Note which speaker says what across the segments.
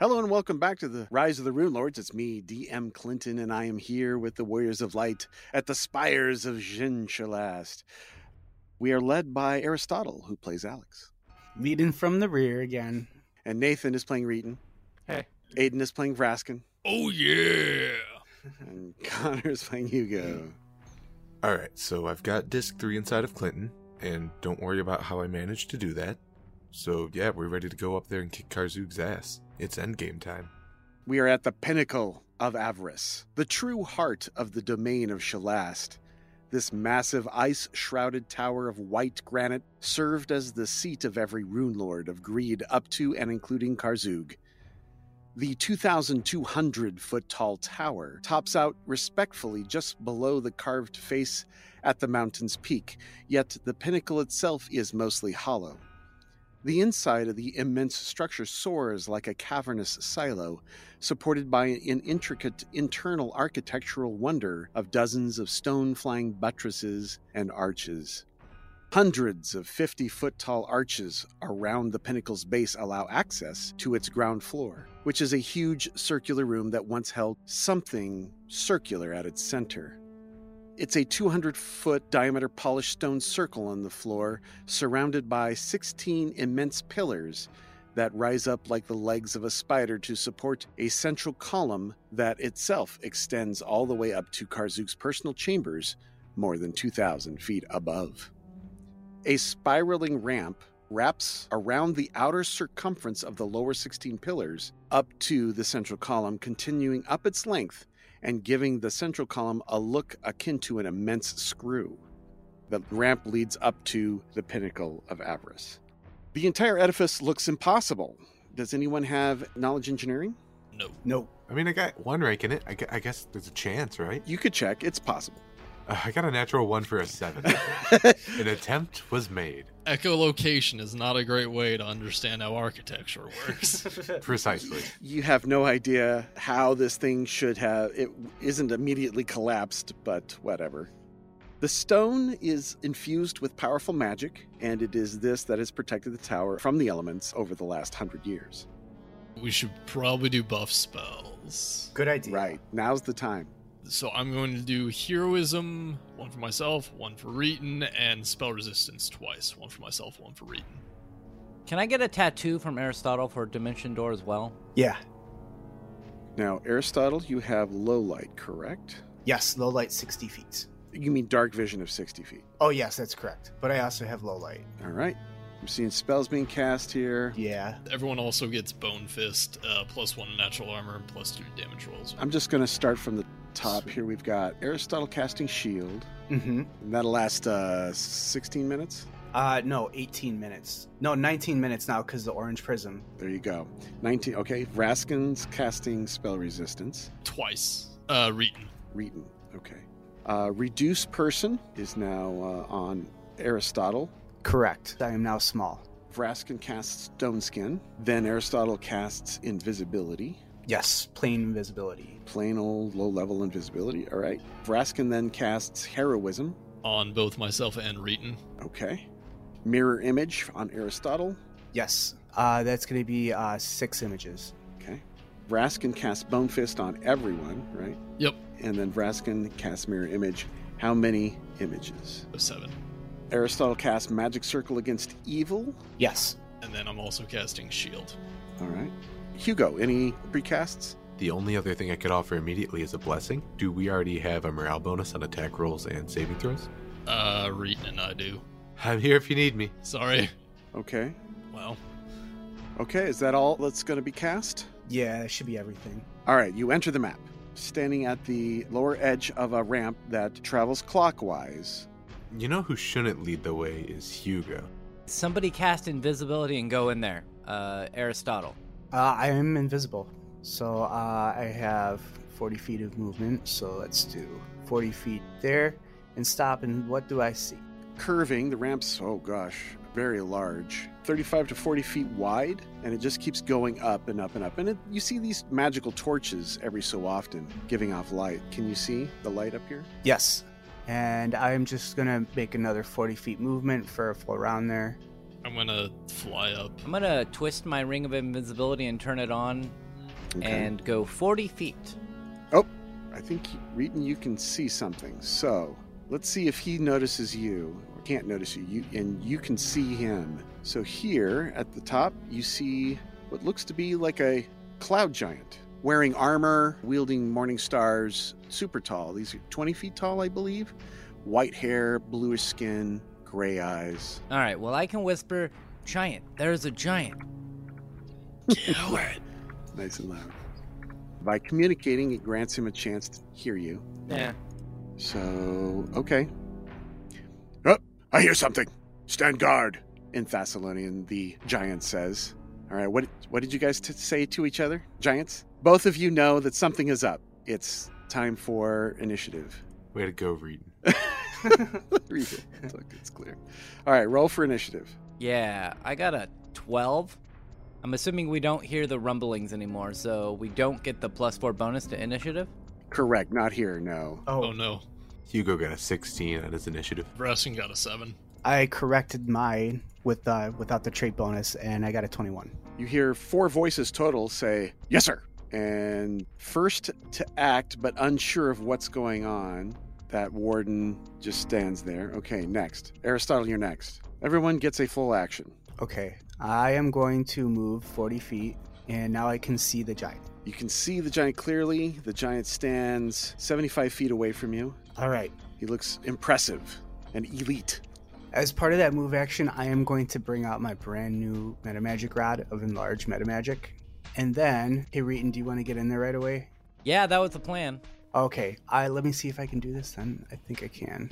Speaker 1: Hello and welcome back to the Rise of the Rune Lords. It's me, DM Clinton, and I am here with the Warriors of Light at the spires of Jin Shalast. We are led by Aristotle, who plays Alex,
Speaker 2: Leading from the rear again.
Speaker 1: and Nathan is playing Reeton.
Speaker 3: Hey.
Speaker 1: Aiden is playing Vraskin,
Speaker 3: Oh yeah.
Speaker 1: and Connor is playing Hugo.
Speaker 4: All right, so I've got disk three inside of Clinton, and don't worry about how I managed to do that. So yeah, we're ready to go up there and kick Karzoog's ass. It's endgame time.
Speaker 1: We are at the pinnacle of avarice, the true heart of the domain of Shalast. This massive ice shrouded tower of white granite served as the seat of every rune lord of greed up to and including Karzoog. The 2,200 foot tall tower tops out respectfully just below the carved face at the mountain's peak, yet the pinnacle itself is mostly hollow. The inside of the immense structure soars like a cavernous silo, supported by an intricate internal architectural wonder of dozens of stone flying buttresses and arches. Hundreds of 50 foot tall arches around the pinnacle's base allow access to its ground floor, which is a huge circular room that once held something circular at its center. It's a 200 foot diameter polished stone circle on the floor, surrounded by 16 immense pillars that rise up like the legs of a spider to support a central column that itself extends all the way up to Karzook's personal chambers, more than 2,000 feet above. A spiraling ramp wraps around the outer circumference of the lower 16 pillars up to the central column, continuing up its length and giving the central column a look akin to an immense screw. The ramp leads up to the pinnacle of avarice. The entire edifice looks impossible. Does anyone have knowledge engineering?
Speaker 3: No.
Speaker 2: Nope.
Speaker 4: I mean, I got one rank in it. I gue- I guess there's a chance, right?
Speaker 1: You could check, it's possible.
Speaker 4: Uh, I got a natural one for a seven. An attempt was made.
Speaker 3: Echolocation is not a great way to understand how architecture works.
Speaker 4: Precisely.
Speaker 1: you have no idea how this thing should have it isn't immediately collapsed, but whatever. The stone is infused with powerful magic, and it is this that has protected the tower from the elements over the last hundred years.
Speaker 3: we should probably do buff spells.
Speaker 5: Good idea.
Speaker 1: Right, now's the time.
Speaker 3: So I'm going to do heroism, one for myself, one for Reeton, and spell resistance twice, one for myself, one for Reeton.
Speaker 6: Can I get a tattoo from Aristotle for Dimension Door as well?
Speaker 5: Yeah.
Speaker 1: Now, Aristotle, you have low light, correct?
Speaker 5: Yes, low light 60 feet.
Speaker 1: You mean dark vision of 60 feet.
Speaker 5: Oh, yes, that's correct. But I also have low light.
Speaker 1: All right. I'm seeing spells being cast here.
Speaker 5: Yeah.
Speaker 3: Everyone also gets bone fist, uh, plus one natural armor, and plus two damage rolls.
Speaker 1: I'm just going to start from the top here. We've got Aristotle casting shield,
Speaker 5: Mm-hmm.
Speaker 1: and that'll last uh, 16 minutes.
Speaker 5: Uh, no, 18 minutes. No, 19 minutes now because the orange prism.
Speaker 1: There you go. 19. Okay. Raskin's casting spell resistance.
Speaker 3: Twice, uh, Reeton.
Speaker 1: Reeton. Okay. Uh, reduce person is now uh, on Aristotle.
Speaker 5: Correct. I am now small.
Speaker 1: Raskin casts stone skin. Then Aristotle casts invisibility.
Speaker 5: Yes, plain invisibility.
Speaker 1: Plain old low level invisibility. All right. Raskin then casts heroism.
Speaker 3: On both myself and Reeton.
Speaker 1: Okay. Mirror image on Aristotle.
Speaker 5: Yes. Uh, that's going to be uh, six images.
Speaker 1: Okay. Raskin casts bone fist on everyone, right?
Speaker 3: Yep,
Speaker 1: And then Raskin casts mirror image. How many images?
Speaker 3: a seven.
Speaker 1: Aristotle casts magic circle against evil.
Speaker 5: Yes.
Speaker 3: And then I'm also casting shield.
Speaker 1: All right. Hugo, any precasts?
Speaker 4: The only other thing I could offer immediately is a blessing. Do we already have a morale bonus on attack rolls and saving throws?
Speaker 3: Uh, Reeton and I do.
Speaker 4: I'm here if you need me.
Speaker 3: Sorry.
Speaker 1: Okay.
Speaker 3: Well,
Speaker 1: Okay, is that all that's going to be cast?
Speaker 5: Yeah, that should be everything.
Speaker 1: All right, you enter the map. Standing at the lower edge of a ramp that travels clockwise.
Speaker 4: You know who shouldn't lead the way is Hugo.
Speaker 6: Somebody cast invisibility and go in there. Uh, Aristotle.
Speaker 5: Uh, I am invisible. So uh, I have 40 feet of movement. So let's do 40 feet there and stop. And what do I see?
Speaker 1: Curving, the ramp's, oh gosh, very large. 35 to 40 feet wide, and it just keeps going up and up and up. And it, you see these magical torches every so often giving off light. Can you see the light up here?
Speaker 5: Yes. And I'm just going to make another 40 feet movement for a full round there.
Speaker 3: I'm gonna fly up.
Speaker 6: I'm gonna twist my ring of invisibility and turn it on
Speaker 1: Okay.
Speaker 6: and go 40 feet.
Speaker 1: I think Reeton, you can see something. So let's see if he notices you or can't notice you, you and you can see him. So here at the top, you see what looks to be like a cloud giant wearing armor, wielding morning stars, super tall. These are 20 feet tall, I believe. White hair, bluish skin, gray eyes.
Speaker 6: All right, well, I can whisper, Giant, there's a giant.
Speaker 3: Coward.
Speaker 1: Nice and loud. By communicating, it grants him a chance to hear you.
Speaker 6: Yeah.
Speaker 1: So, okay. Oh, I hear something. Stand guard. In Thessalonian, the giant says. All right, what what did you guys t- say to each other? Giants? Both of you know that something is up. It's time for initiative.
Speaker 4: Way to go, reading.
Speaker 1: Read it. Look, it's clear. All right, roll for initiative.
Speaker 6: Yeah, I got a 12. I'm assuming we don't hear the rumblings anymore, so we don't get the plus four bonus to initiative.
Speaker 1: Correct, not here, no.
Speaker 3: Oh no.
Speaker 4: Hugo got a 16 on his initiative.
Speaker 3: Braskin got a seven.
Speaker 5: I corrected mine with uh, without the trait bonus, and I got a 21.
Speaker 1: You hear four voices total say, Yes, sir. And first to act, but unsure of what's going on, that warden just stands there. Okay, next. Aristotle, you're next. Everyone gets a full action.
Speaker 5: Okay, I am going to move 40 feet, and now I can see the giant.
Speaker 1: You can see the giant clearly. The giant stands 75 feet away from you.
Speaker 5: All right.
Speaker 1: He looks impressive and elite.
Speaker 5: As part of that move action, I am going to bring out my brand new metamagic rod of enlarged metamagic. And then, hey, Reeton, do you want to get in there right away?
Speaker 6: Yeah, that was the plan.
Speaker 5: Okay, I let me see if I can do this then. I think I can.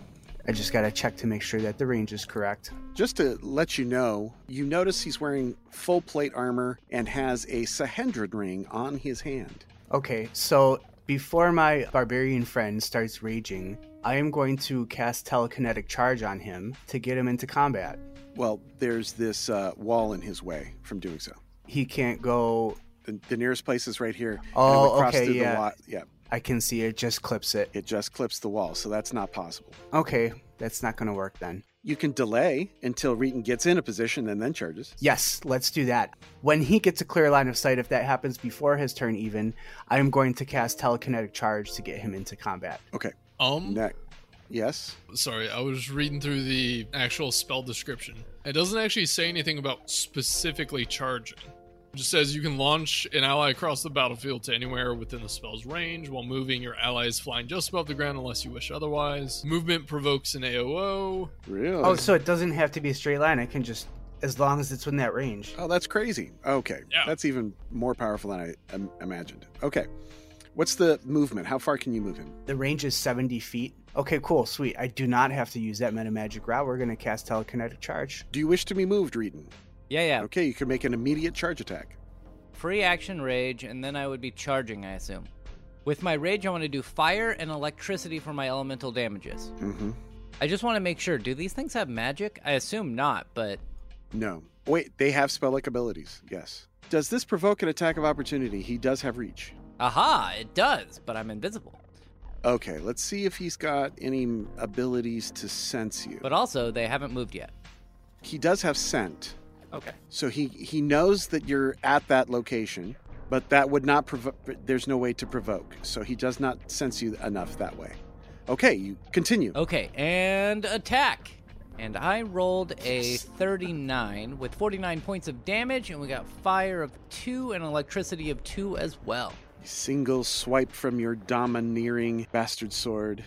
Speaker 5: I just gotta check to make sure that the range is correct.
Speaker 1: Just to let you know, you notice he's wearing full plate armor and has a Sahendran ring on his hand.
Speaker 5: Okay, so before my barbarian friend starts raging, I am going to cast telekinetic charge on him to get him into combat.
Speaker 1: Well, there's this uh, wall in his way from doing so.
Speaker 5: He can't go.
Speaker 1: The, the nearest place is right here. and it would
Speaker 5: Oh,
Speaker 1: cross
Speaker 5: okay,
Speaker 1: through The
Speaker 5: yeah.
Speaker 1: wa- yeah,
Speaker 5: I can see it just clips it.
Speaker 1: it just clips the wall, so that's not possible.
Speaker 5: Okay, that's not gonna work then.
Speaker 1: You can delay until Reeton gets in a position and then charges.
Speaker 5: Yes, let's do that. When he gets a clear line of sight, if that happens before his turn, even, I am going to cast telekinetic charge to get him into combat.
Speaker 3: Um
Speaker 1: Next. Yes.
Speaker 3: sorry, I was reading through the actual spell description. It doesn't actually say anything about specifically charging. It just says you can launch an ally across the battlefield to anywhere within the spell's range while moving. Your ally is flying just above the ground unless you wish otherwise. Movement provokes an AOO.
Speaker 1: Really?
Speaker 5: Oh, so it doesn't have to be a straight line. I can just, as long as it's within that range.
Speaker 1: Oh, that's crazy. Okay.
Speaker 3: Yeah.
Speaker 1: That's even more powerful than I im- imagined. Okay. What's the movement? How far can you move him?
Speaker 5: The range is 70 feet. Okay, cool, sweet. I do not have to use that metamagic route. We're going to cast telekinetic charge.
Speaker 1: Do you wish to be moved, Reeton?
Speaker 6: Yeah, yeah.
Speaker 1: Okay, you can make an immediate charge attack.
Speaker 6: Free action rage, and then I would be charging, I assume. With my rage, I want to do fire and electricity for my elemental damages.
Speaker 1: Mm-hmm.
Speaker 6: I just want to make sure do these things have magic? I assume not, but
Speaker 1: No. Wait, they have spell like abilities. Yes. Does this provoke an attack of opportunity? He does have reach.
Speaker 6: aha, it does, but I'm invisible.
Speaker 1: Okay, let's see if he's got any abilities to sense you.
Speaker 6: But also, they haven't moved yet.
Speaker 1: he does have scent.
Speaker 6: Okay.
Speaker 1: So he he knows that you're at that location, but that would not provoke. There's no way to provoke, so he does not sense you enough that way. Okay, you continue.
Speaker 6: Okay, and attack. And I rolled a 39 with 49 points of damage, and we got fire of 2 and electricity of 2 as well.
Speaker 1: Single swipe from your domineering bastard sword.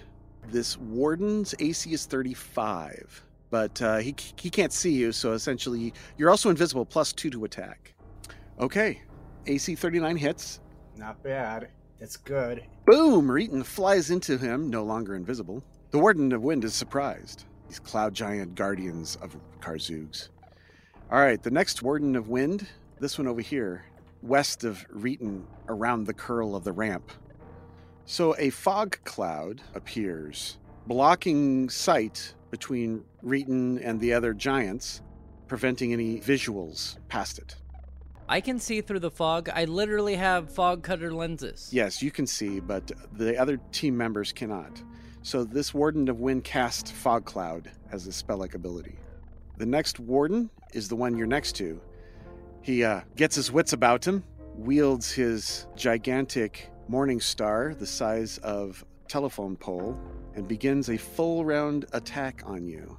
Speaker 1: This warden's AC is 35, but uh, he he can't see you, so essentially you're also invisible, plus two to attack. Okay, AC 39 hits.
Speaker 5: Not bad. That's good.
Speaker 1: Boom! Reeton flies into him, no longer invisible. The Warden of Wind is surprised. These cloud giant guardians of Karzoogs. All right, the next Warden of Wind, this one over here, west of Reeton, around the curl of the ramp. So a fog cloud appears, blocking sight between Reeton and the other giants, preventing any visuals past it.
Speaker 6: I can see through the fog. I literally have fog cutter lenses.
Speaker 1: Yes, you can see, but the other team members cannot. So this Warden of Wind casts Fog Cloud as a spell-like ability. The next Warden is the one you're next to. He uh, gets his wits about him wields his gigantic morning star, the size of telephone pole, and begins a full round attack on you.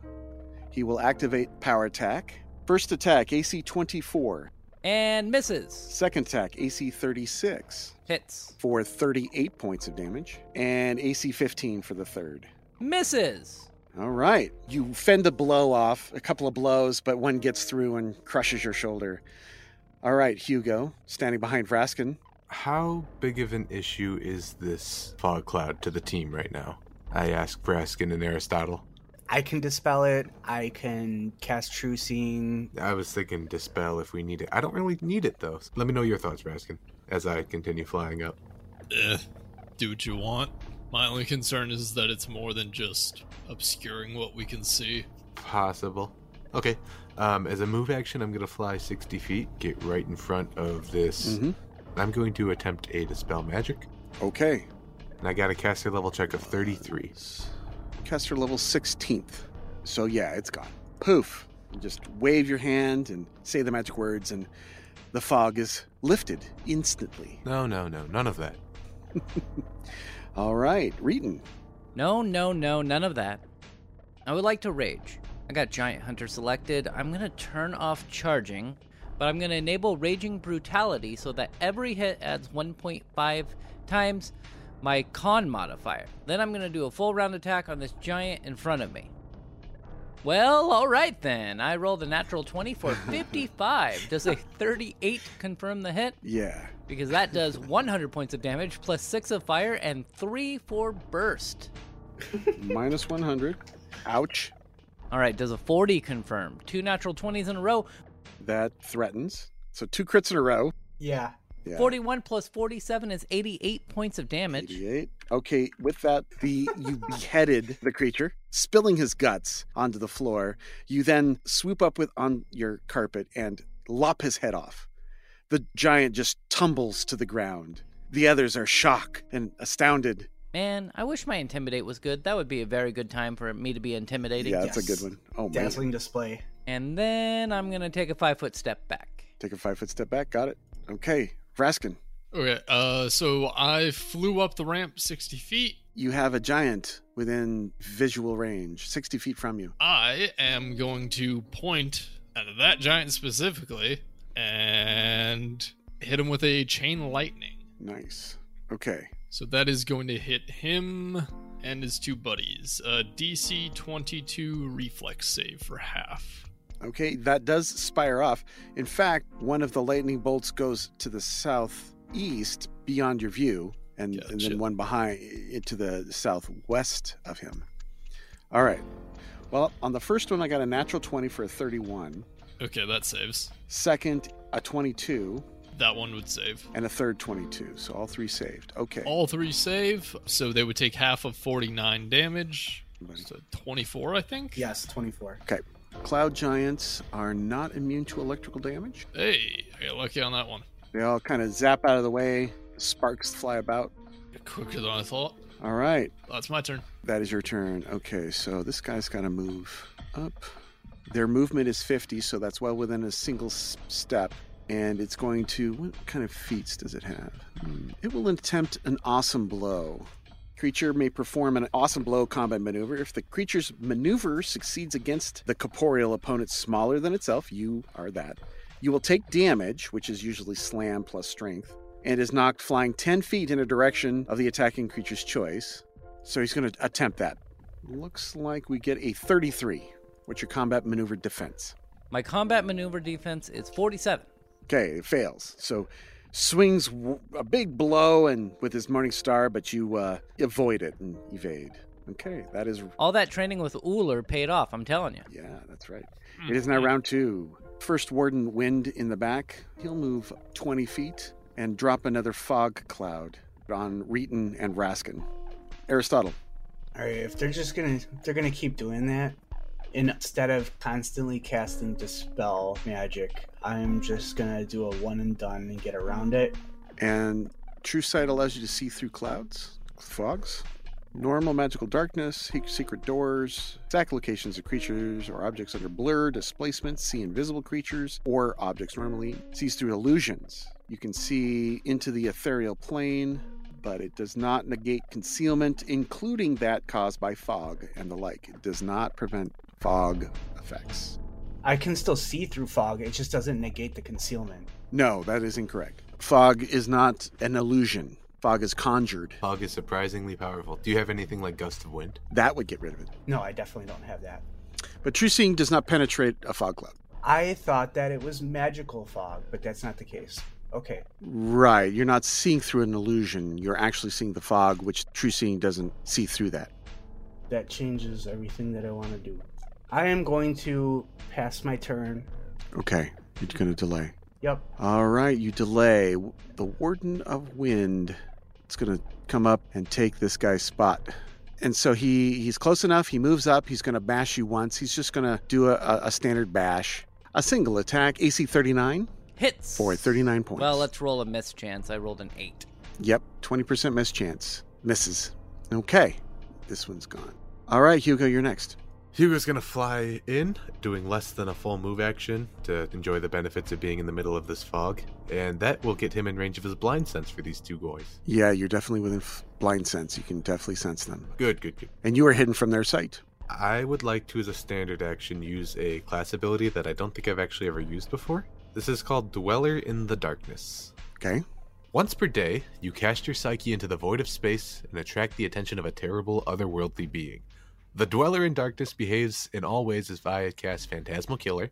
Speaker 1: He will activate power attack. First attack, AC 24.
Speaker 6: And misses.
Speaker 1: Second attack, AC 36
Speaker 6: Hits.
Speaker 1: for 38 points of damage, and AC 15 for the third.
Speaker 6: Misses.
Speaker 1: All right. You fend a blow off, a couple of blows, but one gets through and crushes your shoulder. All right, Hugo, standing behind Vraskin.
Speaker 4: How big of an issue is this fog cloud to the team right now? I asked Braskin and Aristotle.
Speaker 5: I can dispel it. I can cast True Seeing.
Speaker 4: I was thinking dispel if we need it. I don't really need it though. Let me know your thoughts, Braskin, as I continue flying up.
Speaker 3: Eh, do what you want. My only concern is that it's more than just obscuring what we can see.
Speaker 4: Possible. Okay. Um, as a move action, I'm gonna fly 60 feet, get right in front of this.
Speaker 1: Mhm.
Speaker 4: I'm going to attempt a dispel magic,
Speaker 1: Okay.
Speaker 4: and I got a caster level check of 33.
Speaker 1: Caster level 16th. So, yeah, it's gone. Poof. You just wave your hand and say the magic words, and the fog is lifted instantly.
Speaker 4: No, no, no, none of that.
Speaker 1: All right, Reeton.
Speaker 6: No, no, no, none of that. I would like to rage. I got Giant Hunter selected. I'm going to turn off charging, but I'm going to enable Raging Brutality so that every hit adds 1.5 times my con modifier. Then I'm going to do a full round attack on this giant in front of me. Well, all right then. I rolled a natural 20 for 55. Does a 38 confirm the hit?
Speaker 1: Yeah.
Speaker 6: Because that does 100 points of damage, plus 6 of fire, and 3 for burst.
Speaker 1: Minus 100. Ouch.
Speaker 6: All right, does a 40 confirm? Two natural 20s in a row.
Speaker 1: That threatens. So, two crits in a row.
Speaker 5: Yeah.
Speaker 1: Yeah.
Speaker 6: 41 plus 47 is 88 points of damage.
Speaker 1: 88. Okay, with that, the you beheaded the creature, spilling his guts onto the floor. You then swoop up with on your carpet and lop his head off. The giant just tumbles to the ground. The others are shocked and astounded.
Speaker 6: Man, I wish my intimidate was good. That would be a very good time for me to be intimidating.
Speaker 1: yeah, that's a
Speaker 5: yes.
Speaker 1: good one. Oh man.
Speaker 5: Dazzling display.
Speaker 6: And then I'm going to take a 5 foot step back.
Speaker 1: Take a five foot step back, got it. Okay. Vraskin,
Speaker 3: Okay, uh, so I flew up the ramp 60 feet.
Speaker 1: you have a giant within visual range, sixty feet from you.
Speaker 3: I am going to point at that giant specifically and hit him with a chain lightning.
Speaker 1: Nice. Okay.
Speaker 3: So that is going to hit him and his two buddies. Uh, DC 22 reflex save for half.
Speaker 1: Okay, that does spire off. In fact, one of the lightning bolts goes to the southeast beyond your view, and, and
Speaker 3: Gotcha.
Speaker 1: then one behind it to the southwest of him. All right. Well, on the first one, I got a natural 20 for a 31,
Speaker 3: Okay, that saves.
Speaker 1: second, a 22,
Speaker 3: That one would save.
Speaker 1: and a third 22. So all three saved. Okay.
Speaker 3: All three save, so they would take half of 49 damage.
Speaker 1: everybody.
Speaker 3: So 24, I think?
Speaker 5: Yes, 24.
Speaker 1: Cloud giants are not immune to electrical damage.
Speaker 3: Hey, I got lucky on that one.
Speaker 1: They all kind of zap out of the way, sparks fly about.
Speaker 3: Quicker than I thought.
Speaker 1: All right.
Speaker 3: That's my turn.
Speaker 1: That is your turn. Okay, so this guy's got to move up. Their movement is 50, so that's well within a single s- step. And it's going to. What kind of feats does it have? Hmm, It will attempt an awesome blow. Creature may perform an awesome blow combat maneuver. If the creature's maneuver succeeds against the corporeal opponent smaller than itself, you are that. You will take damage, which is usually slam plus strength, and is knocked flying 10 feet in a direction of the attacking creature's choice. So he's going to attempt that. Looks like we get a 33. What's your combat maneuver defense?
Speaker 6: My combat maneuver defense is 47.
Speaker 1: Okay, it fails. So swings w- a big blow and with his morning star, but you uh, avoid it and evade. Okay, that is
Speaker 6: All that training with Uller paid off, I'm telling you.
Speaker 1: yeah, that's right. It is now round two. First warden wind in the back. He'll move 20 feet and drop another fog cloud on Reeton and Raskin. Aristotle.
Speaker 5: All right, if they're just gonna, if they're gonna keep doing that. Instead of constantly casting dispel magic, I'm just gonna do a one and done and get around it.
Speaker 1: And true sight allows you to see through clouds, fogs, normal magical darkness, se- secret doors, exact locations of creatures or objects under blur, displacement, see invisible creatures or objects normally, sees through illusions, You can see into the ethereal plane, but it does not negate concealment, including that caused by fog and the like. It does not prevent fog effects.
Speaker 5: I can still see through fog. It just doesn't negate the concealment.
Speaker 1: No, that is incorrect. Fog is not an illusion. Fog is conjured.
Speaker 4: Fog is surprisingly powerful. Do you have anything like gust of wind?
Speaker 1: That would get rid of it.
Speaker 5: No, I definitely don't have that.
Speaker 1: But true seeing does not penetrate a fog cloud.
Speaker 5: I thought that it was magical fog, but that's not the case. Okay.
Speaker 1: Right. You're not seeing through an illusion. You're actually seeing the fog, which true seeing doesn't see through that.
Speaker 5: That changes everything that I want to do. I am going to pass my turn.
Speaker 1: Okay. You're going to delay.
Speaker 5: Yep.
Speaker 1: All right. You delay. The Warden of Wind is going to come up and take this guy's spot. And so he, he's close enough. He moves up. He's going to bash you once. He's just going to do a, a, a standard bash. A single attack, AC 39
Speaker 6: Hits.
Speaker 1: for 39 points.
Speaker 6: Well, let's roll a miss chance. I rolled an eight.
Speaker 1: Yep, 20% miss chance. Misses. Okay, this one's gone. All right, Hugo, you're next.
Speaker 4: Hugo's gonna fly in, doing less than a full move action to enjoy the benefits of being in the middle of this fog, and that will get him in range of his blind sense for these two guys.
Speaker 1: Yeah, you're definitely within f- blind sense. You can definitely sense them.
Speaker 4: Good, good, good.
Speaker 1: And you are hidden from their sight.
Speaker 4: I would like to, as a standard action, use a class ability that I don't think I've actually ever used before. This is called Dweller in the Darkness.
Speaker 1: Okay.
Speaker 4: Once per day, you cast your psyche into the void of space and attract the attention of a terrible otherworldly being. The Dweller in Darkness behaves in all ways as if I had cast Phantasmal Killer,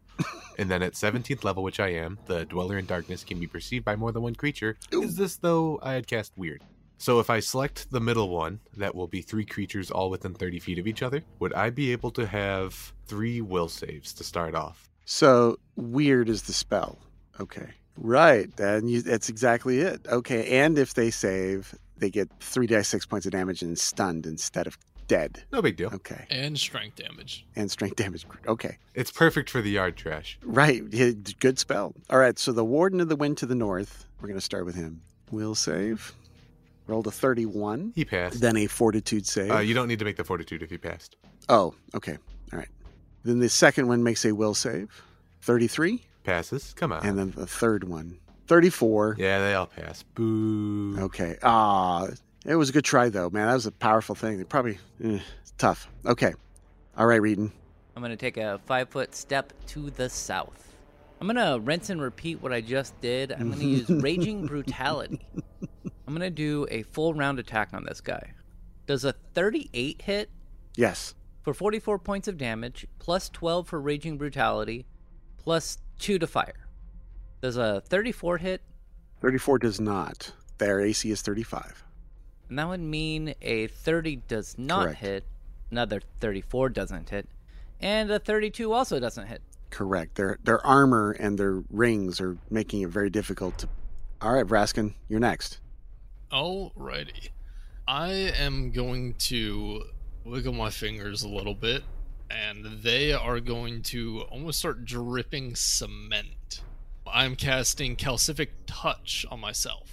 Speaker 4: and then at 17th level, which I am, the Dweller in Darkness can be perceived by more than one creature. Is this though I had cast Weird? So if I select the middle one, that will be three creatures all within 30 feet of each other. Would I be able to have three will saves to start off?
Speaker 1: So weird is the spell. Okay. Right. Then you, that's exactly it. Okay. And if they save, they get three dice, six points of damage and stunned instead of dead.
Speaker 4: No big deal.
Speaker 1: Okay.
Speaker 3: and strength damage.
Speaker 1: And strength damage. Okay.
Speaker 4: It's perfect for the yard trash.
Speaker 1: Right. yeah, d- Good spell. All right. So the Warden of the Wind to the north, we're going to start with him. Will save. Rolled a 31,
Speaker 4: He passed.
Speaker 1: then a fortitude save.
Speaker 4: Uh, you don't need to make the fortitude if he passed.
Speaker 1: oh, okay. All right. Then the second one makes a will save, 33.
Speaker 4: Passes. Come on.
Speaker 1: And then the third one, 34.
Speaker 4: Ah. yeah, they all pass. Boo.
Speaker 1: Okay. Ah, it was a good try, though, man. That was a powerful thing. They probably, eh, it's tough. Okay. All right, Reading.
Speaker 6: I'm going to take a five foot step to the south. I'm going to rinse and repeat what I just did. I'm going to use Raging Brutality. I'm going to do a full round attack on this guy. Does a 38 hit
Speaker 1: Yes.
Speaker 6: for 44 points of damage, plus 12 for Raging Brutality, plus 2 to fire? Does a 34 hit?
Speaker 1: 34 does not. Their AC is 35.
Speaker 6: And that would mean a 30 does not
Speaker 1: Correct.
Speaker 6: hit, another 34 doesn't hit, and a 32 also doesn't hit.
Speaker 1: Correct. Their their armor and their rings are making it very difficult to. All right, Braskin, you're next.
Speaker 3: Alrighty. I am going to wiggle my fingers a little bit, and they are going to almost start dripping cement. I'm casting Calcific Touch on myself.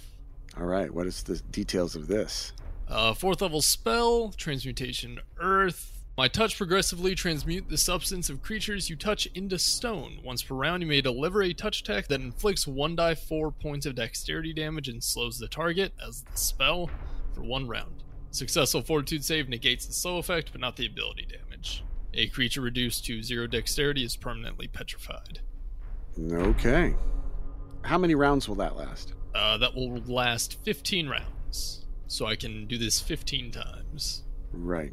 Speaker 1: All right, what is the details of this?
Speaker 3: Uh, fourth level spell, transmutation earth. My touch progressively transmute the substance of creatures you touch into stone. Once per round, you may deliver a touch attack that inflicts 1 die 4 points of dexterity damage and slows the target as the spell for one round. Successful fortitude save negates the slow effect, but not the ability damage. A creature reduced to zero dexterity is permanently petrified.
Speaker 1: Okay. How many rounds will that last?
Speaker 3: Uh, that will last 15 rounds, so I can do this 15 times.
Speaker 1: Right.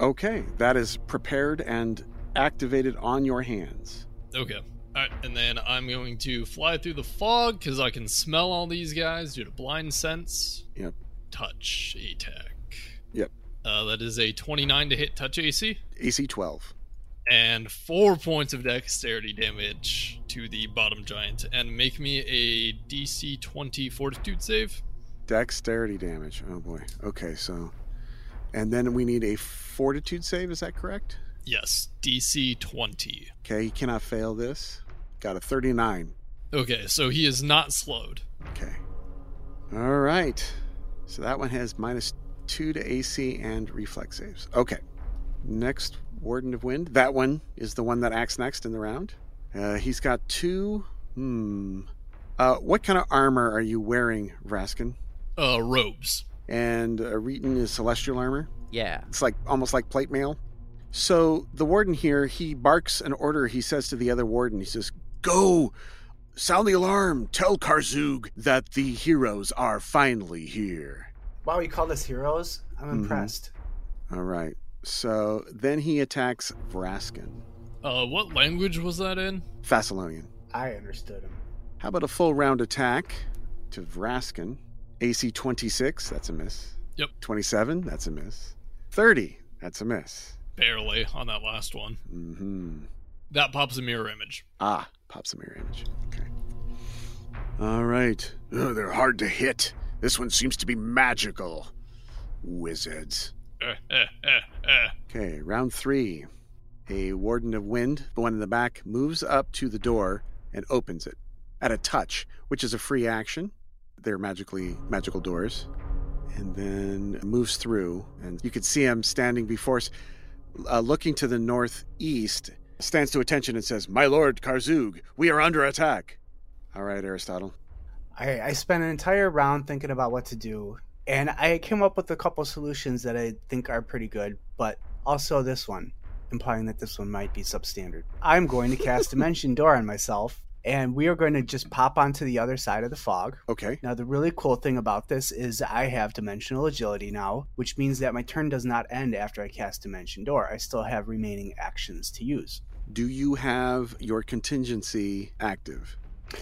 Speaker 1: Okay, that is prepared and activated on your hands.
Speaker 3: Okay. All right, and then I'm going to fly through the fog because I can smell all these guys due to blind sense.
Speaker 1: Yep.
Speaker 3: Touch attack.
Speaker 1: Yep.
Speaker 3: Uh, that is a 29 to hit touch AC
Speaker 1: AC 12.
Speaker 3: and four points of dexterity damage to the bottom giant, and make me a DC 20 Fortitude save.
Speaker 1: Dexterity damage. Oh boy. Okay, so. And then we need a fortitude save, is that correct?
Speaker 3: Yes, DC 20.
Speaker 1: Okay, you cannot fail this. Got a 39.
Speaker 3: Okay, so he is not slowed.
Speaker 1: Okay. All right. So that one has minus two to AC and reflex saves. Okay. Next, Warden of Wind. That one is the one that acts next in the round. Uh, he's got two. Hmm. Uh, what kind of armor are you wearing, Raskin?
Speaker 3: Uh, robes.
Speaker 1: And uh, Reeton is celestial armor.
Speaker 6: Yeah.
Speaker 1: It's like almost like plate mail. So the warden here, he barks an order. He says to the other warden, he says, Go! Sound the alarm! Tell Karzug that the heroes are finally here.
Speaker 5: Wow, you call this heroes? I'm
Speaker 1: Mhm.
Speaker 5: impressed.
Speaker 1: All right. So then he attacks Vraskin,
Speaker 3: Uh, what language was that in?
Speaker 1: Thessalonian.
Speaker 5: I understood him.
Speaker 1: How about a full round attack to Vraskin? AC 26, that's a miss.
Speaker 3: Yep.
Speaker 1: 27, that's a miss. 30, that's a miss.
Speaker 3: Barely on that last one.
Speaker 1: hmm
Speaker 3: That pops a mirror image.
Speaker 1: Ah, pops a mirror image. Okay. All right. Ugh, they're hard to hit. This one seems to be magical. Wizards.
Speaker 3: Eh, eh, eh, eh.
Speaker 1: Okay, round three. A warden of wind, the one in the back, moves up to the door and opens it at a touch, which is a free action. They're magically magical doors, and then moves through. And you can see him standing before us, uh, looking to the northeast. Stands to attention and says, "My lord Karzug, we are under attack." All right, Aristotle.
Speaker 5: I, I spent an entire round thinking about what to do, and I came up with a couple solutions that I think are pretty good, but also this one, implying that this one might be substandard. I'm going to cast Dimension Door on myself, and we are going to just pop onto the other side of the fog.
Speaker 1: Okay.
Speaker 5: Now, the really cool thing about this is I have dimensional agility now, which means that my turn does not end after I cast Dimension Door. I still have remaining actions to use.
Speaker 1: Do you have your contingency active?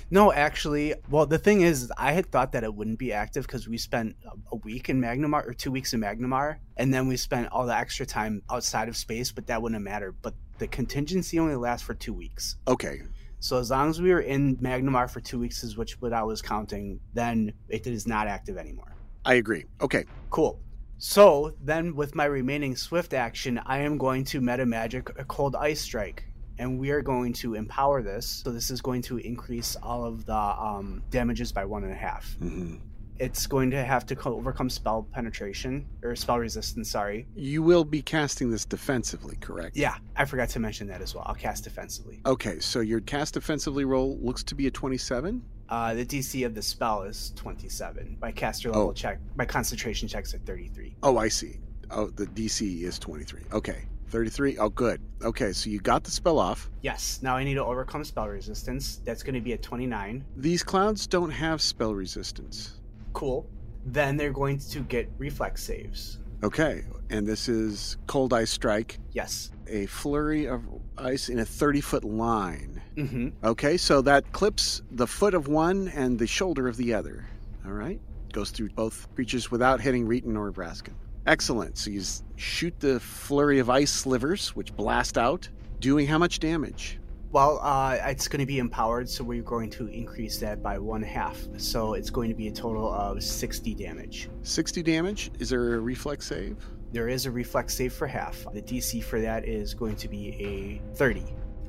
Speaker 5: No, actually, well, the thing is, is I had thought that it wouldn't be active because we spent a- a week in Magnamar or two weeks in Magnamar, and then we spent all the extra time outside of space, but that wouldn't matter. But the contingency only lasts for two weeks.
Speaker 1: Okay.
Speaker 5: So as long as we were in Magnamar for two weeks, is which what I was counting, then it is not active anymore.
Speaker 1: I agree. Okay.
Speaker 5: Cool. So then, with my remaining swift action, I am going to meta magic a cold ice strike, and we are going to empower this. So this is going to increase all of the um, damages by one and a half.
Speaker 1: hmm
Speaker 5: It's going to have to co- overcome spell penetration or spell resistance. Sorry.
Speaker 1: You will be casting this defensively, correct?
Speaker 5: Yeah, I forgot to mention that as well. I'll cast defensively.
Speaker 1: Okay, so your cast defensively roll looks to be a 27.
Speaker 5: Uh, the DC of the spell is twenty-seven. My caster level
Speaker 1: Oh.
Speaker 5: check, my concentration checks at thirty-three.
Speaker 1: Oh, I see. Oh, the DC is 23. Okay, 33. Oh, good. Okay, so you got the spell off.
Speaker 5: Yes. Now I need to overcome spell resistance. That's going to be at twenty-nine.
Speaker 1: These clouds don't have spell resistance.
Speaker 5: Cool. Then they're going to get reflex saves.
Speaker 1: Okay, and this is Cold Ice Strike,
Speaker 5: Yes.
Speaker 1: a flurry of ice in a 30 foot line.
Speaker 5: Mm-hmm.
Speaker 1: Okay, so that clips the foot of one and the shoulder of the other. All right, goes through both creatures without hitting Reeton or Braskin. Excellent. So you s- shoot the flurry of ice slivers, which blast out, doing how much damage?
Speaker 5: Well, uh, it's going to be empowered, so we're going to increase that by one half. So it's going to be a total of 60 damage.
Speaker 1: 60 damage. Is there a reflex save?
Speaker 5: There is a reflex save for half. The DC for that is going to be a 30.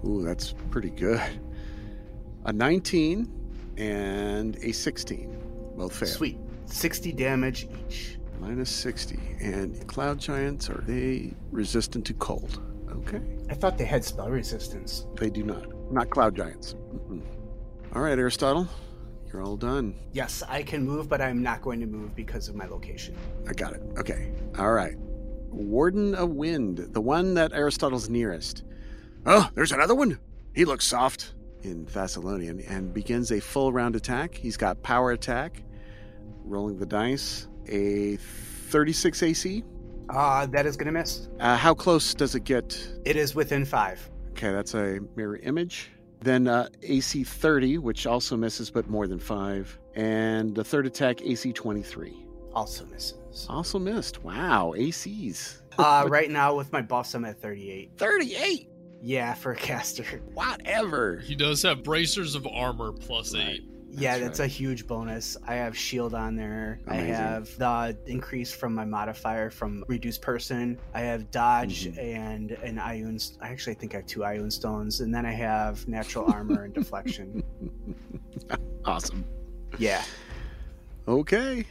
Speaker 1: Ooh, that's pretty good. A 19 and a 16. Both fail.
Speaker 5: Sweet. 60 damage each.
Speaker 1: Minus 60. And cloud giants are they resistant to cold? Okay.
Speaker 5: I thought they had spell resistance.
Speaker 1: They do not. Not cloud giants. Mm-mm. All right, Aristotle, you're all done.
Speaker 5: Yes, I can move, but I'm not going to move because of my location.
Speaker 1: I got it. Okay. All right. Warden of Wind, the one that Aristotle's nearest. Oh, there's another one. He looks soft. In Thessalonian, and begins a full round attack. He's got power attack, rolling the dice, a 36 AC.
Speaker 5: Uh, that is going to miss.
Speaker 1: Uh, how close does it get
Speaker 5: It is within five.
Speaker 1: Okay, that's a mirror image. Then uh, AC 30, which also misses, but more than five. And the third attack, AC 23.
Speaker 5: Also misses.
Speaker 1: Also missed. Wow, ACs.
Speaker 5: Uh, right now, with my buffs, I'm at 38.
Speaker 1: 38!
Speaker 5: Yeah, for a caster.
Speaker 1: Whatever.
Speaker 3: He does have bracers of armor plus
Speaker 1: Right.
Speaker 3: eight.
Speaker 5: yeah,
Speaker 1: That's
Speaker 5: that's a huge bonus. I have shield on there.
Speaker 1: Amazing.
Speaker 5: I have the increase from my modifier from reduced person. I have dodge
Speaker 1: Mhm.
Speaker 5: and an ion. st- I actually think I have two ion stones, and then I have natural armor and deflection.
Speaker 1: Awesome.
Speaker 5: Yeah.
Speaker 1: Okay.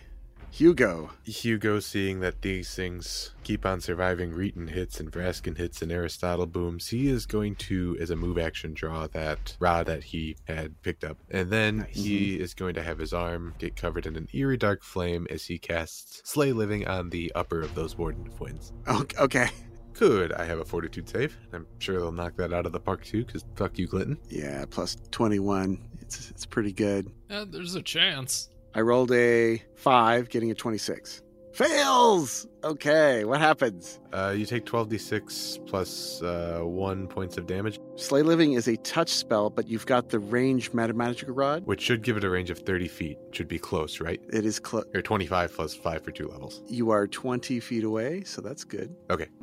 Speaker 1: Hugo.
Speaker 4: Hugo, seeing that these things keep on surviving Reeton hits and Vraskin hits and Aristotle booms, he is going to, as a move action, draw that rod that he had picked up. And then
Speaker 5: Nice.
Speaker 1: Mm-hmm.
Speaker 4: he is going to have his arm get covered in an eerie dark flame as he casts Slay Living on the upper of those Warden Twins.
Speaker 1: O- Okay.
Speaker 4: Could I have a fortitude save? I'm sure they'll knock that out of the park too, because fuck you, Clinton.
Speaker 1: Yeah, plus 21. It's, it's pretty good.
Speaker 3: Yeah, Eh, there's a chance.
Speaker 1: I rolled a 5, getting a 26. Fails! Okay, what happens?
Speaker 4: Uh, you take 12d6 plus uh, 1 points of damage,
Speaker 1: Slay Living is a touch spell, but you've got the range Mathematical Rod.
Speaker 4: which should give it a range of 30 feet. Should be close, right?
Speaker 1: It is close.
Speaker 4: Or 25 plus 5 for two levels.
Speaker 1: You are 20 feet away, so that's good.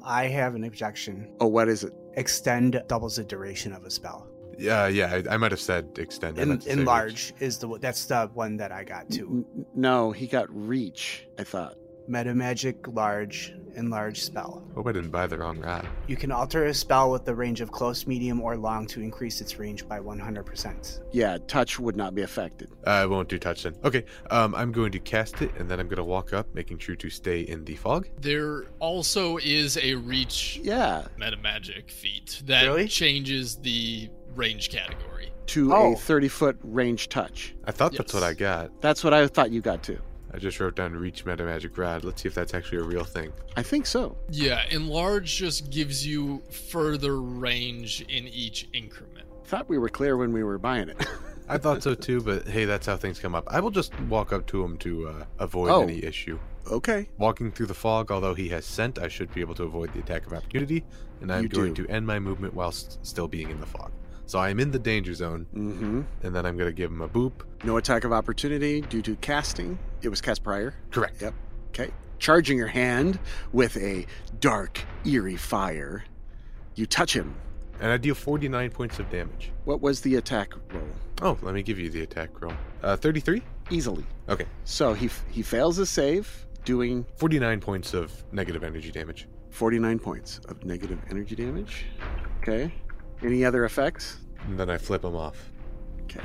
Speaker 5: I have an objection.
Speaker 1: Oh, what is it?
Speaker 5: Extend doubles the duration of a spell.
Speaker 4: Yeah, yeah, I, I might have said extend. I
Speaker 5: En-
Speaker 4: meant to say
Speaker 5: enlarge is the that's the one that I got too.
Speaker 1: N- n- No, he got reach, I thought.
Speaker 5: Meta magic, large, enlarge spell.
Speaker 4: reach. Hope Oh, I didn't buy the wrong rod.
Speaker 5: You can alter a spell with the range of close, medium, or long to increase its range by 100%.
Speaker 1: Yeah, touch would not be affected.
Speaker 4: I won't do touch then. Okay, um, I'm going to cast it, and then I'm going to walk up, making sure to stay in the fog.
Speaker 3: There also is a reach
Speaker 1: Yeah,
Speaker 3: meta magic feat that
Speaker 5: Really?
Speaker 3: changes the range category.
Speaker 1: to
Speaker 5: Oh.
Speaker 1: a 30 foot range touch.
Speaker 4: I thought that's what
Speaker 3: Yes.
Speaker 4: I got.
Speaker 1: That's what I thought you got too.
Speaker 4: I just wrote down reach meta magic rod. Let's see if that's actually a real thing.
Speaker 1: I think so.
Speaker 3: Yeah, enlarge just gives you further range in each increment.
Speaker 1: Thought we were clear when we were buying it.
Speaker 4: I thought so too, but hey, that's how things come up. I will just walk up to him to uh, avoid
Speaker 1: Oh.
Speaker 4: any issue.
Speaker 1: okay.
Speaker 4: Walking through the fog, although he has scent, I should be able to avoid the attack of opportunity, and I'm
Speaker 1: You
Speaker 4: going
Speaker 1: do.
Speaker 4: to end my movement whilst still being in the fog. So I am in the danger zone,
Speaker 1: Mm-hmm.
Speaker 4: and then I'm going to give him a boop.
Speaker 1: No attack of opportunity due to casting. It was cast prior.
Speaker 4: Correct.
Speaker 1: Yep. Okay. Charging your hand with a dark, eerie fire. You touch him.
Speaker 4: And I deal 49 points of damage.
Speaker 1: What was the attack roll?
Speaker 4: Oh, let me give you the attack roll. Uh, 33?
Speaker 1: Easily.
Speaker 4: Okay.
Speaker 1: So he f- he fails his save, doing
Speaker 4: 49 points of negative energy damage.
Speaker 1: 49 points of negative energy damage. Okay. Any other effects?
Speaker 4: And then I flip him off.
Speaker 1: Okay.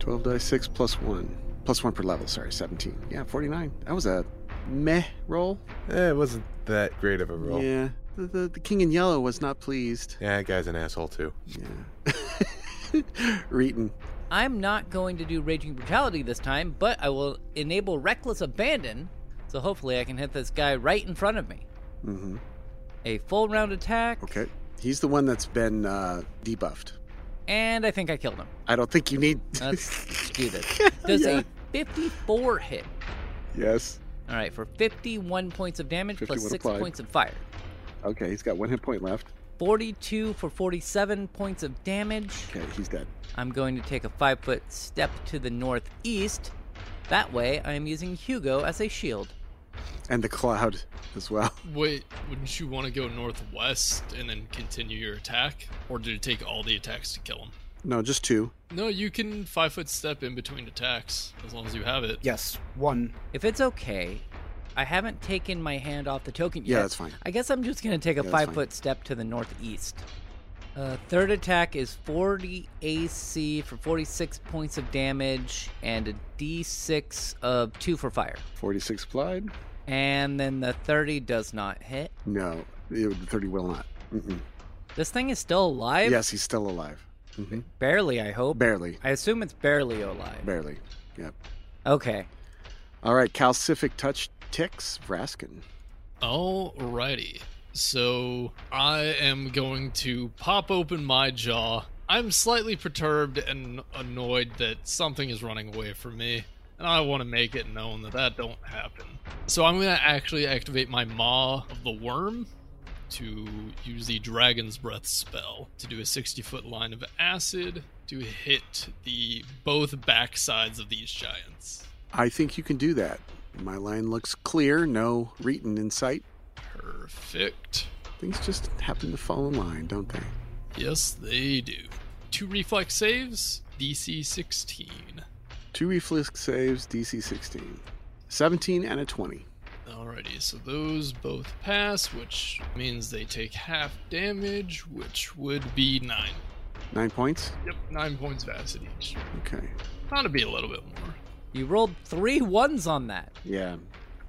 Speaker 1: 12 die 6 plus 1. Plus 1 per level, sorry, 17. Yeah, 49. That was a meh roll.
Speaker 4: Eh, it wasn't that great of a roll. Yeah,
Speaker 1: Yeah. The, the, the king in yellow was not pleased.
Speaker 4: that guy's an asshole too.
Speaker 1: Yeah. Reeton.
Speaker 6: I'm not going to do Raging Brutality this time, but I will enable Reckless Abandon, so hopefully I can hit this guy right in front of me.
Speaker 1: hmm
Speaker 6: A full round attack.
Speaker 1: Okay. He's the one that's been uh, debuffed.
Speaker 6: And I think I killed him.
Speaker 1: I don't think you need.
Speaker 6: Let's do this. Does
Speaker 1: Yeah.
Speaker 6: a 54 hit?
Speaker 1: Yes.
Speaker 6: All right, for 51 points of damage plus
Speaker 1: 51
Speaker 6: 6
Speaker 1: applied.
Speaker 6: points of fire.
Speaker 1: Okay, he's got one hit point left.
Speaker 6: 42 for 47 points of damage.
Speaker 1: Okay, he's dead.
Speaker 6: I'm going to take a 5 foot step to the northeast. That way, I am using Hugo as a shield.
Speaker 1: And the cloud as well.
Speaker 3: Wait, wouldn't you want to go northwest and then continue your attack? Or do you take all the attacks to kill him?
Speaker 1: No, just two.
Speaker 3: No, you can five foot step in between attacks as long as you have it.
Speaker 5: Yes, one.
Speaker 6: If it's okay, I haven't taken my hand off the token yet.
Speaker 1: Yeah, that's fine.
Speaker 6: I guess I'm just going to take a
Speaker 1: Yeah, that's fine.
Speaker 6: five foot step to the northeast. Uh, third attack is 40 AC for 46 points of damage and a d6 of 2 for fire.
Speaker 1: 46 applied.
Speaker 6: And then the 30 does not hit.
Speaker 1: No, it, the 30 will not. Mm-mm.
Speaker 6: This thing is still alive?
Speaker 1: Yes, he's still alive. hmm
Speaker 6: Barely, I hope.
Speaker 1: Barely.
Speaker 6: I assume it's barely alive.
Speaker 1: Barely.
Speaker 6: okay.
Speaker 1: All right, calcific touch ticks Vraskin.
Speaker 3: Alrighty. So I am going to pop open my jaw. I'm slightly perturbed and annoyed that something is running away from me, and I want to make it known that that don't happen. So I'm going to actually activate my Maw of the Worm to use the Dragon's Breath spell to do a 60 foot line of acid to hit the both back sides of these giants.
Speaker 1: I think you can do that. My line looks clear, no Reeton in sight.
Speaker 3: Perfect.
Speaker 1: Things just happen to fall in line, don't they?
Speaker 3: Yes, they do. Two reflex saves, DC 16.
Speaker 1: Two reflex saves, DC 16. 17 and a 20.
Speaker 3: Alrighty, so those both pass, which means they take half damage, which would be nine.
Speaker 1: Nine points?
Speaker 3: Yep, nine points of acid each.
Speaker 1: Okay.
Speaker 3: Thought it'd be a little bit more.
Speaker 6: You rolled three ones on that.
Speaker 1: Yeah.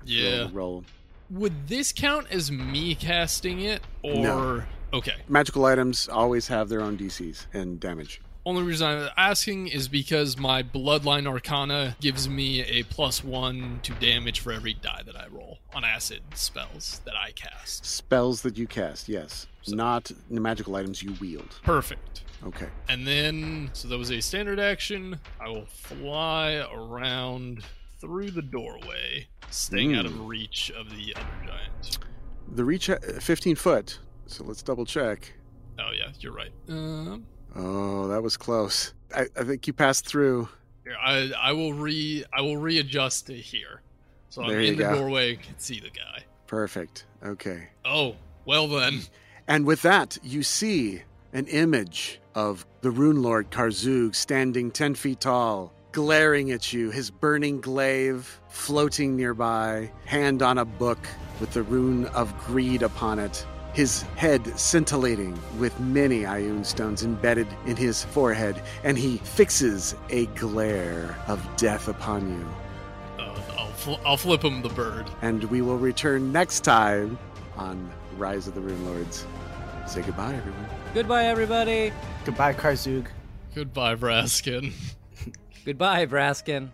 Speaker 3: Yeah.
Speaker 1: Roll, roll.
Speaker 3: Would this count as me casting it or
Speaker 1: No.
Speaker 3: okay?
Speaker 1: Magical items always have their own DCs and damage.
Speaker 3: Only reason I'm asking is because my bloodline arcana gives me a plus one to damage for every die that I roll on acid spells that I cast.
Speaker 1: Spells that you cast, yes. Not the magical items you wield.
Speaker 3: Perfect.
Speaker 1: Okay.
Speaker 3: And then, so that was a standard action. I will fly around through the doorway, staying out
Speaker 1: Hmm.
Speaker 3: of reach of the other giant.
Speaker 1: The reach uh, 15 foot. So let's double check.
Speaker 3: Oh, yeah, you're right. Um,
Speaker 1: Oh, that was close. I, I think you passed through.
Speaker 3: here, I, I will re I will readjust to here. So I'm
Speaker 1: There you
Speaker 3: in the
Speaker 1: go.
Speaker 3: doorway, can see the guy.
Speaker 1: Perfect. Okay.
Speaker 3: Oh, well then.
Speaker 1: And with that, you see an image of the Rune Lord Karzug standing 10 feet tall, glaring at you, his burning glaive floating nearby, hand on a book with the rune of greed upon it, his head scintillating with many Ioun stones embedded in his forehead, and he fixes a glare of death upon you.
Speaker 3: Uh, I'll, fl- I'll flip him the bird.
Speaker 1: And we will return next time on Rise of the Rune Lords. Say goodbye, everyone.
Speaker 6: Goodbye, everybody.
Speaker 5: Goodbye, Karzug.
Speaker 3: Goodbye, Raskin.
Speaker 6: Goodbye, Braskin.